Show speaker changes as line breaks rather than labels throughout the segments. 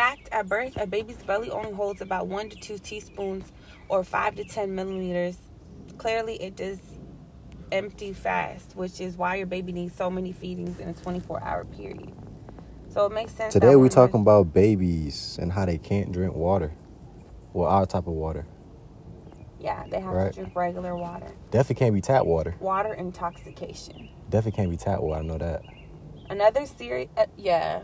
At birth, a baby's belly only holds about 1 to 2 teaspoons or 5 to 10 milliliters. Clearly, it does empty fast, which is why your baby needs so many feedings in a 24 hour period. So it makes sense.
Today
that
we
women-
talking about babies and how they can't drink water. Well, our type of water.
Yeah, they have
Right.
to drink regular water.
Definitely can't be tap water.
Water intoxication.
Definitely can't be tap water. I know that.
Another serious, uh, yeah.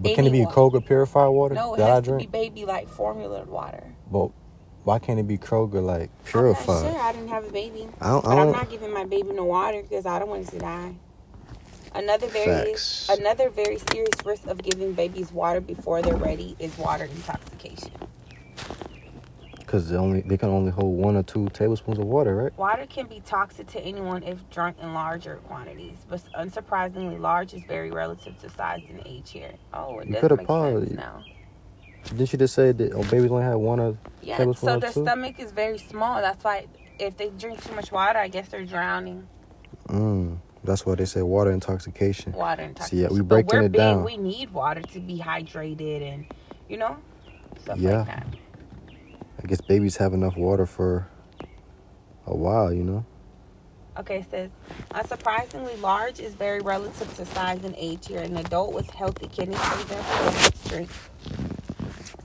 But can it be
Anyone.
Kroger purified water
No, it
that I
has to be
drink?
baby like formula water.
But why can't it be Kroger like
I'm
purified?
not sure. I didn't have a baby.
I don't.
But
I
I'm
don't
not giving my baby no water because I don't want it to die. Another very
Facts.
another very serious risk of giving babies water before they're ready is water intoxication.
because they only they can only hold one or two tablespoons of water, right?
Water can be toxic to anyone if drunk in larger quantities, but unsurprisingly, large is very relative to size and age here. Oh, it
You
does
coulda
make sense
paused.
now.
Didn't you just say that oh, babies only have one or
Yeah,
Tablespoon
so
of
their
two?
stomach is very small. That's why if they drink too much water, I guess they're drowning.
Mm, that's why they say water intoxication.
Water
See,
intoxication.
yeah, we
But
breaking
we're
it
big,
down.
We need water to be hydrated and, you know, stuff
Yeah.
like that.
I guess babies have enough water for a while, you know.
Okay, it says, unsurprisingly, large is very relative to size and age here. An adult with healthy kidneys, for example, must drink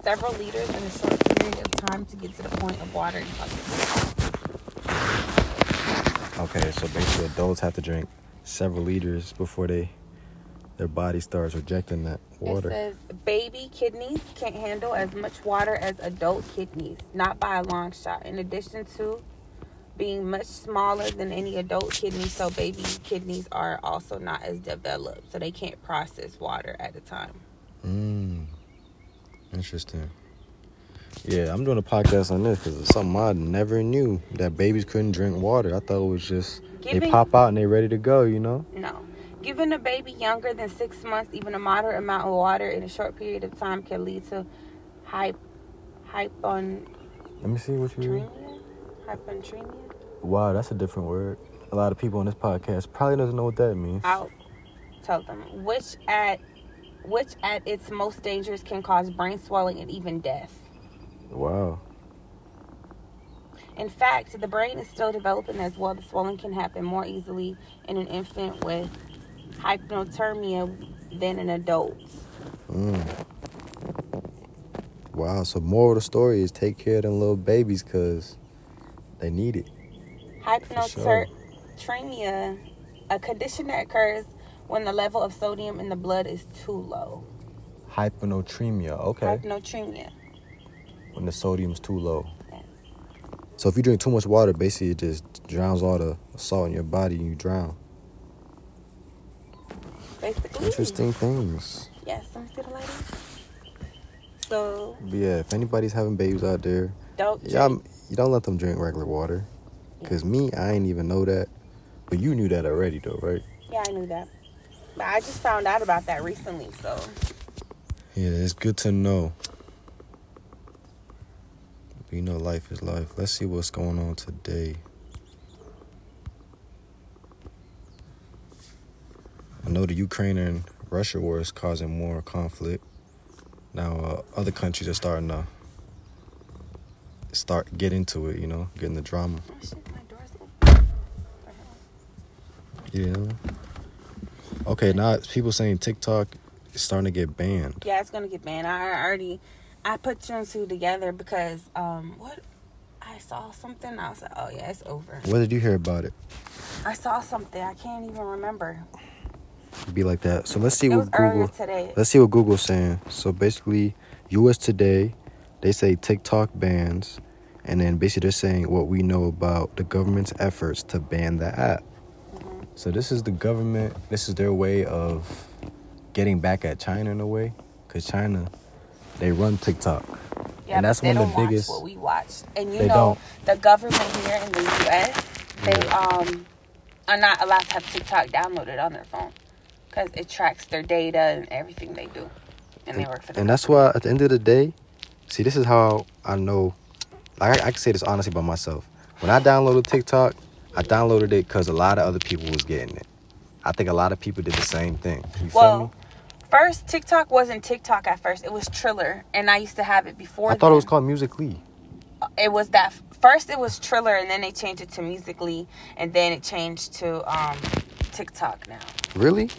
several liters in a short period of time to get to the point of water intoxication.
Okay, so basically adults have to drink several liters before they their body starts rejecting that
It
water.
says, baby kidneys can't handle as much water as adult kidneys, not by a long shot. In addition to being much smaller than any adult kidney, so baby kidneys are also not as developed, so they can't process water at a time.
Mm. Interesting. Yeah, I'm doing a podcast on this because it's something I never knew that babies couldn't drink water. I thought it was just they
Giving-
pop out and they ready to go, you know.
No. Giving a baby younger than six months even a moderate amount of water in a short period of time can lead to hy- hyponatremia.
Let me see what you. Read.
Hyponatremia?
Wow, that's a different word. A lot of people on this podcast probably doesn't know what that means.
I'll tell them. Which at which at its most dangerous can cause brain swelling and even death.
Wow.
In fact, the brain is still developing as well. The swelling can happen more easily in an infant with hypothermia than an adult.
Mm. Wow. So moral of the story is take care of them little babies because they need it. sure.
Hypothermia, a condition that occurs when the level of sodium in the blood is too low.
Hyponatremia. Okay.
Hypnotremia.
When the sodium's too low.
Yes.
So if you drink too much water, basically it just drowns all the salt in your body and you drown.
Basically.
Interesting things.
Yes, I'm still lady. So
But yeah, if anybody's having babies out there,
don't
y'all, you don't let them drink regular water. Cause me, I ain't even know that. But you knew that already, though, right?
Yeah, I knew that. But I just found out about that recently, so Oh,
Yeah, it's good to know. But you know, life is life. Let's see what's going on today. I know the Ukraine and Russia war is causing more conflict. Now, uh, other countries are starting to start get into it. You know, getting the drama.
oh shit, my door's open.
Yeah. Okay, now it's people saying TikTok is starting to get banned.
Yeah, it's gonna get banned. I I already I put two and two together because um what I saw something, I was like, Oh yeah, it's over.
What did you hear about it?
I saw something, I can't even remember.
Be like that. So let's see
It
what
was earlier
Google.
today.
Let's see what Google's saying. So basically, US Today, they say TikTok bans, and then basically they're saying what we know about the government's efforts to ban the app. So this is the government, this is their way of getting back at China in a way, because China, they run TikTok.
Yeah,
and that's
but they
one of
don't
the biggest.
watch what we watch. And you
They
know,
don't.
the government here in the U.S. They um are not allowed to have TikTok downloaded on their phone because it tracks their data and everything they do, and they work for them.
And that's why, at the end of the day, see, this is how I know. Like I, I can say this honestly by myself. When I downloaded TikTok, I downloaded it because a lot of other people was getting it. I think a lot of people did the same thing. You feel
well,
me?
First, TikTok wasn't TikTok at first. It was Triller, and I used to have it before.
I thought
then.
it was called Musically.
It was that first. It was Triller, and then they changed it to Musically, and then it changed to um, TikTok now.
Really?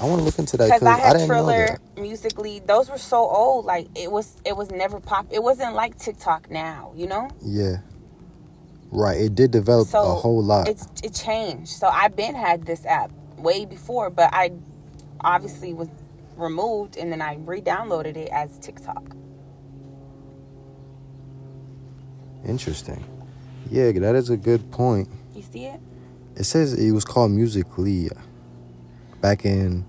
I want to look into that
Because
because
Mm-hmm. I
I,
had
didn't know
Triller,
that.
Musically. Those were so old. Like it was. It was never pop. It wasn't like TikTok now. You know.
Yeah. Right. It did develop
So
a whole lot.
It's it changed. So I've been had this app way before, but I obviously was removed, and then I re-downloaded it as TikTok.
Interesting. Yeah, that is a good point.
You see it?
It says it was called Musically back in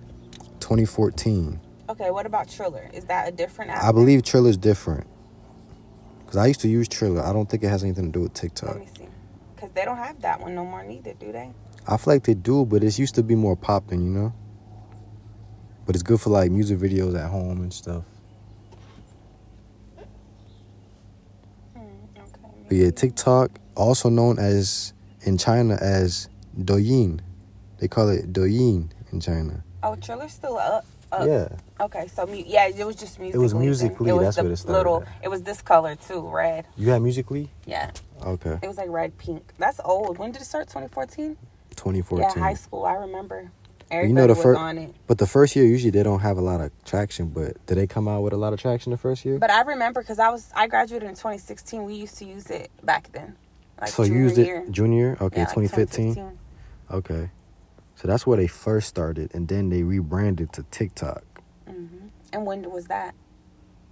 2014.
Okay, what about Triller? Is that a different app?
I believe Triller's different. Because I used to use Triller. I don't think it has anything to do with TikTok.
Let me see. Because they don't have that one no more neither, do they?
I feel like they do, but it used to be more popping, you know? But it's good for like music videos at home and stuff.
Hmm, okay.
But yeah, TikTok, also known as in China as Douyin. They call it Douyin in China.
Oh, Triller's still up. up.
Yeah.
Okay, so mu- yeah, it was just music.
Musical.ly, that's
the
what it started
little.
at.
It was this color too, red.
You had Musically?
Yeah,
Okay.
it was like red pink. That's old. When did it start? 2014. Yeah,
2014.
high school. I remember. Everybody
you know the
was
first
on it.
But the first year usually they don't have a lot of traction, but did they come out with a lot of traction the first year?
But I remember because I was I graduated in 2016. We used to use it back then. Like
so you
junior
used it
year.
junior? Okay,
Yeah, like
2015.
2015.
Okay. So that's where they first started and then they rebranded to TikTok.
And when was that?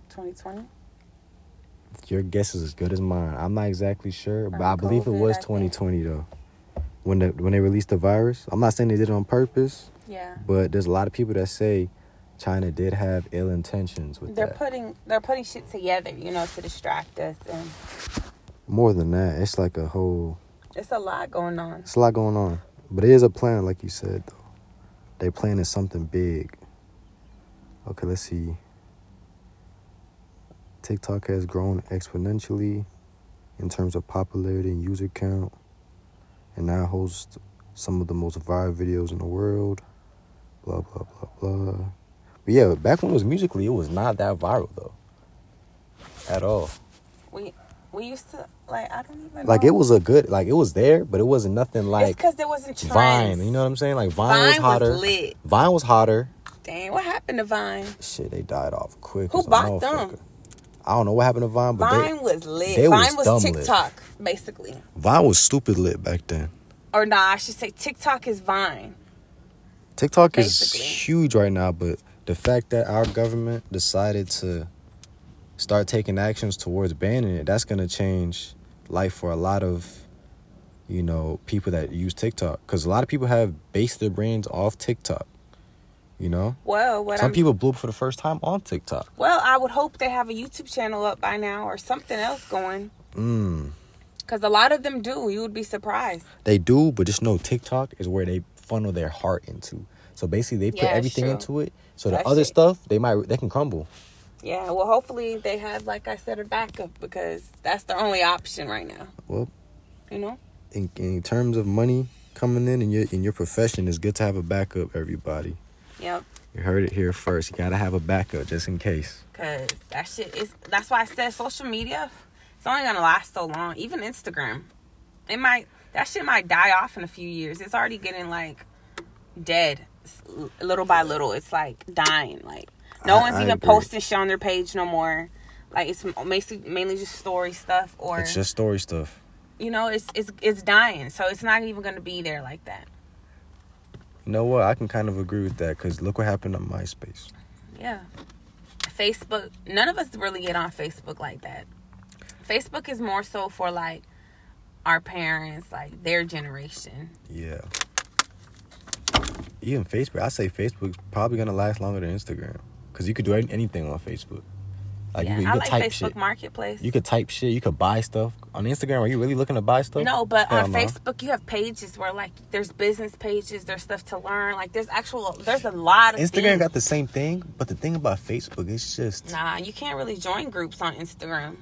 2020.
Your guess is as good as mine. I'm not exactly sure, but
From
I believe it
COVID,
was
I think.
2020 though. When the when they released the virus, I'm not saying they did it on purpose,
Yeah.
but there's a lot of people that say China did have ill intentions with
They're
that.
putting they're putting shit together, you know, to distract us, and
More than that, it's like a whole
it's a lot going on.
it's a lot going on. But it is a plan, like you said though. They planning something big. Okay, let's see. TikTok has grown exponentially in terms of popularity and user count, and now hosts some of the most viral videos in the world. Blah blah blah blah. But yeah, back when it was musically, it was not that viral though. At all.
We we used to like I don't even
Like
know.
it was a good, like it was there, but it wasn't nothing
It's
like
because there wasn't trends.
Vine. You know what I'm saying? Like Vine, was
Vine was
hotter.
lit.
Vine was hotter.
Dang, what happened to Vine?
Shit, they died off quick.
Who
as a
bought them?
motherfucker. I don't know what happened to Vine, but
Vine
They,
was lit.
they
Vine
was
was,
dumb lit.
TikTok, basically.
Vine was stupid lit back then.
Or nah, I should say TikTok is Vine.
TikTok
Basically.
is huge right now, but the fact that our government decided to start taking actions towards banning it, that's gonna change life for a lot of you know people that use TikTok because a lot of people have based their brands off TikTok. You know,
Well, what
some
I'm
people blew up for the first time on TikTok.
well, I would hope they have a YouTube channel up by now or something else going.
Mm.
Cause a lot of them do. You would be surprised.
They do, but just know TikTok is where they funnel their heart into. So basically, they put
Yeah,
everything
true.
into it. So the
That
other
shit-
stuff, they might they can crumble.
Yeah, well, hopefully they have, like I said, a backup because that's the only option right now.
Well,
You know,
in, in terms of money coming in in your in your profession, it's good to have a backup. Everybody,
yep.
you heard it here first. You gotta have a backup just in case.
Cause that shit is. That's why I said social media. It's only gonna last so long. Even Instagram, it might. That shit might die off in a few years. It's already getting like dead, It's l- little by little. It's like dying. Like no
I-
one's
I
even
agree.
posting shit on their page no more. Like it's basically mainly just story stuff or
It's just story stuff.
you know it's it's it's dying. So it's not even gonna be there like that.
You know what? I can kind of agree with that because look what happened on MySpace.
Yeah. Facebook, none of us really get on Facebook like that. Facebook is more so for like our parents, like their generation.
Yeah. Even Facebook, I say Facebook's probably gonna last longer than Instagram because you could do any- anything on Facebook. Like
yeah,
you, could- you
I
could
like
type
Facebook
shit.
Marketplace.
You could type shit. You could buy stuff on Instagram. Are you really looking to buy stuff?
no, but
Hell
on
no.
Facebook you have pages where like there's business pages, there's stuff to learn, like there's actual there's a lot of
Instagram
things.
got the same thing, but the thing about Facebook, it's just
Nah, you can't really join groups on Instagram.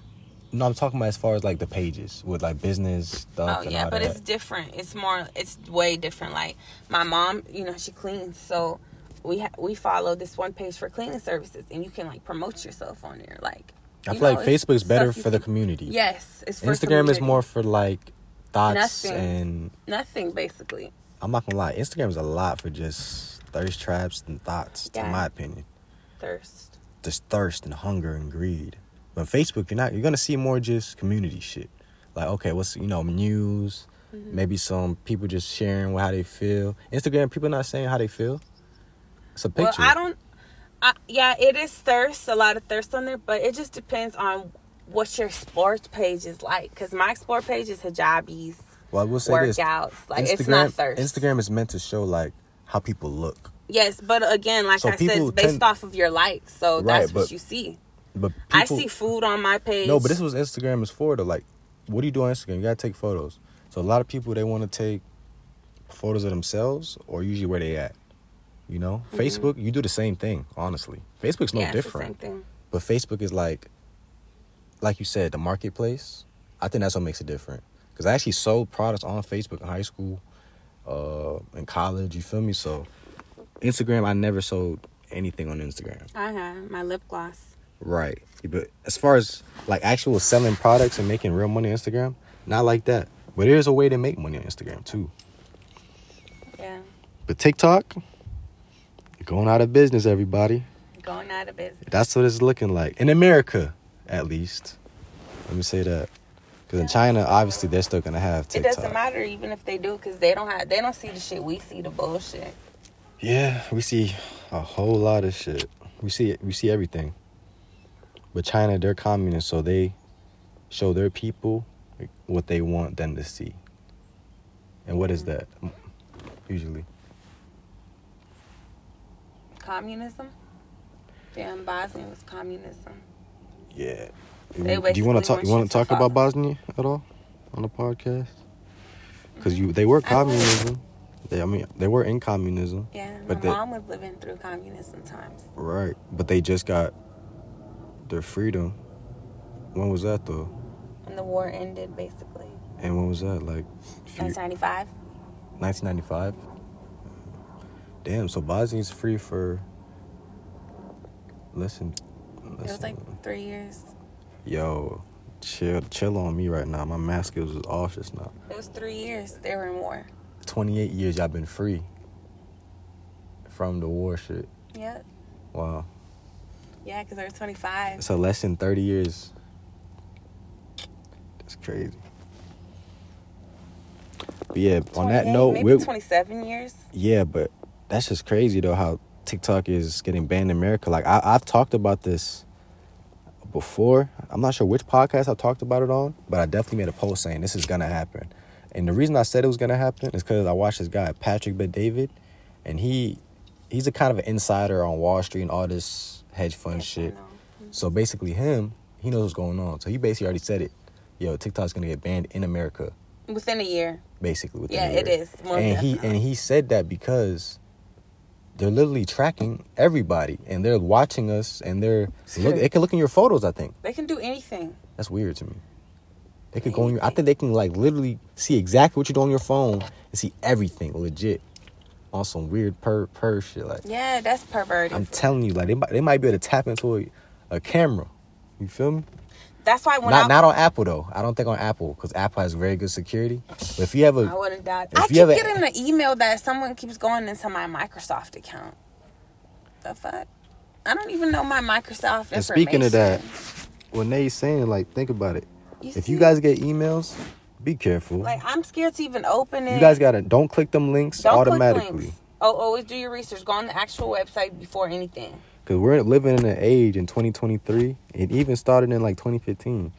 no. I'm talking about as far as like the pages with like business stuff.
Oh
and
yeah,
all
but
that.
it's different. It's more. It's way different. Like my mom, you know, she cleans, so we ha- we follow this one page for cleaning services, and you can like promote yourself on there. Like
I
you
feel like
know, it's
Facebook's better
stuff you
for the
can-
community.
Yes, it's for
Instagram is
community.
more for like thoughts
Nothing.
and
nothing basically.
I'm not gonna lie, Instagram is a lot for just thirst traps and thoughts,
Yeah.
to my opinion.
Thirst.
Just thirst and hunger and greed. But Facebook, you're not you're gonna see more just community shit. Like okay, what's you know news,
Mm-hmm.
maybe some people just sharing what- how they feel. Instagram, people not saying how they feel. It's a picture.
Well, I don't. I, yeah, it is thirst. A lot of thirst on there, but it just depends on what your explore page is like. Because my explore page is hijabis,
Well, I will say this.
workouts. Like it's not thirst.
Instagram is meant to show like how people look,
Yes, but again, like
So
I said, it's
people
based
tend-
off of your likes. So
Right,
that's what
but
you see.
but people,
I see food on my page.
No, but this is what Instagram is for. Though, like, what do you do on Instagram? You gotta take photos. So a lot of people they want to take photos of themselves or usually where they at. You know, Facebook you do the same thing. Honestly, Facebook's
Mm-hmm.
no
Yeah, it's the
different.
same thing.
But Facebook is like, like you said, the marketplace. I think that's what makes it different. Cause I actually sold products on Facebook in high school, uh, in college. You feel me? So, Instagram, I never sold anything on Instagram.
I have my lip gloss.
Right. But as far as like actual selling products and making real money on Instagram, not like that. But there's a way to make money on Instagram too.
Yeah,
But TikTok, you're going out of business, everybody.
going out of business.
That's what it's looking like in America, at least. Let me say that, because in China, obviously they're still gonna have TikTok.
It doesn't matter even if they do, because they don't have. They don't see the shit we see. The bullshit.
Yeah, we see a whole lot of shit. We see we see everything. But China, they're communist, so they show their people what they want them to see. And what is
Mm-hmm.
that? Usually,
Communism. Damn, Bosnia was communism.
yeah.
They
Do you want
basically
to talk?
want
You want
you
to
to
talk
follow.
about Bosnia at all on the podcast? Because you, they were
Mm-hmm. I would.
communism. They, I mean, they were in communism,
Yeah, my
But the-
mom was living through communism times.
right? But they just got their freedom. When was that though?
And the war ended basically.
And when was that? Like a few-
1995.
1995. Damn, so Bosnia's free for listen, listen.
It was like three years.
yo, chill, chill on me right now. My mask skills is off just now.
It was three years they were in war.
28 years y'all been free from the war shit.
Yep.
Wow,
Yeah, because they were 25.
so less than 30 years. That's crazy. But yeah, on that
28,
note,
maybe
we're,
27 years.
Yeah, but that's just crazy though how TikTok is getting banned in America. Like I, I've talked about this before. I'm not sure which podcast I talked about it on, but I definitely made a post saying this is gonna happen. And the reason I said it was gonna happen is because I watched this guy Patrick Bet David, and he he's a kind of an insider on Wall Street and all this hedge fund
Yes, I
shit.
know.
So basically, him he knows what's going on. So he basically already said it. Yo, TikTok's gonna get banned in America
Within a year.
basically. Within
Yeah,
a year.
it is, most
and he
definitely.
and he said that because they're literally tracking everybody and they're watching us and they're look,
Sure.
they can look in your photos. I think
They can do anything.
that's weird to me. They could go on your. I think they can like literally see exactly what you do on your phone and see everything legit on some weird per per shit. Like
Yeah, that's perverted.
I'm telling you, like they might, they might be able to tap into a, a camera. You feel me?
that's why when
Not
I,
not on Apple though. I don't think on Apple because Apple has very good security. But if you have
I
a
would have died.
If
I
you
keep
have a-
getting an email that someone keeps going into my Microsoft account. The fuck? I don't even know my Microsoft
And speaking of that,
information.
when they saying like, think about it.
You
if you
see?
guys get emails, be careful.
like I'm scared to even open it.
you guys gotta don't click them links
Don't click
automatically
links. Oh, always do your research. Go on the actual website before anything.
because we're living in an age in 2023 and even started in like 2015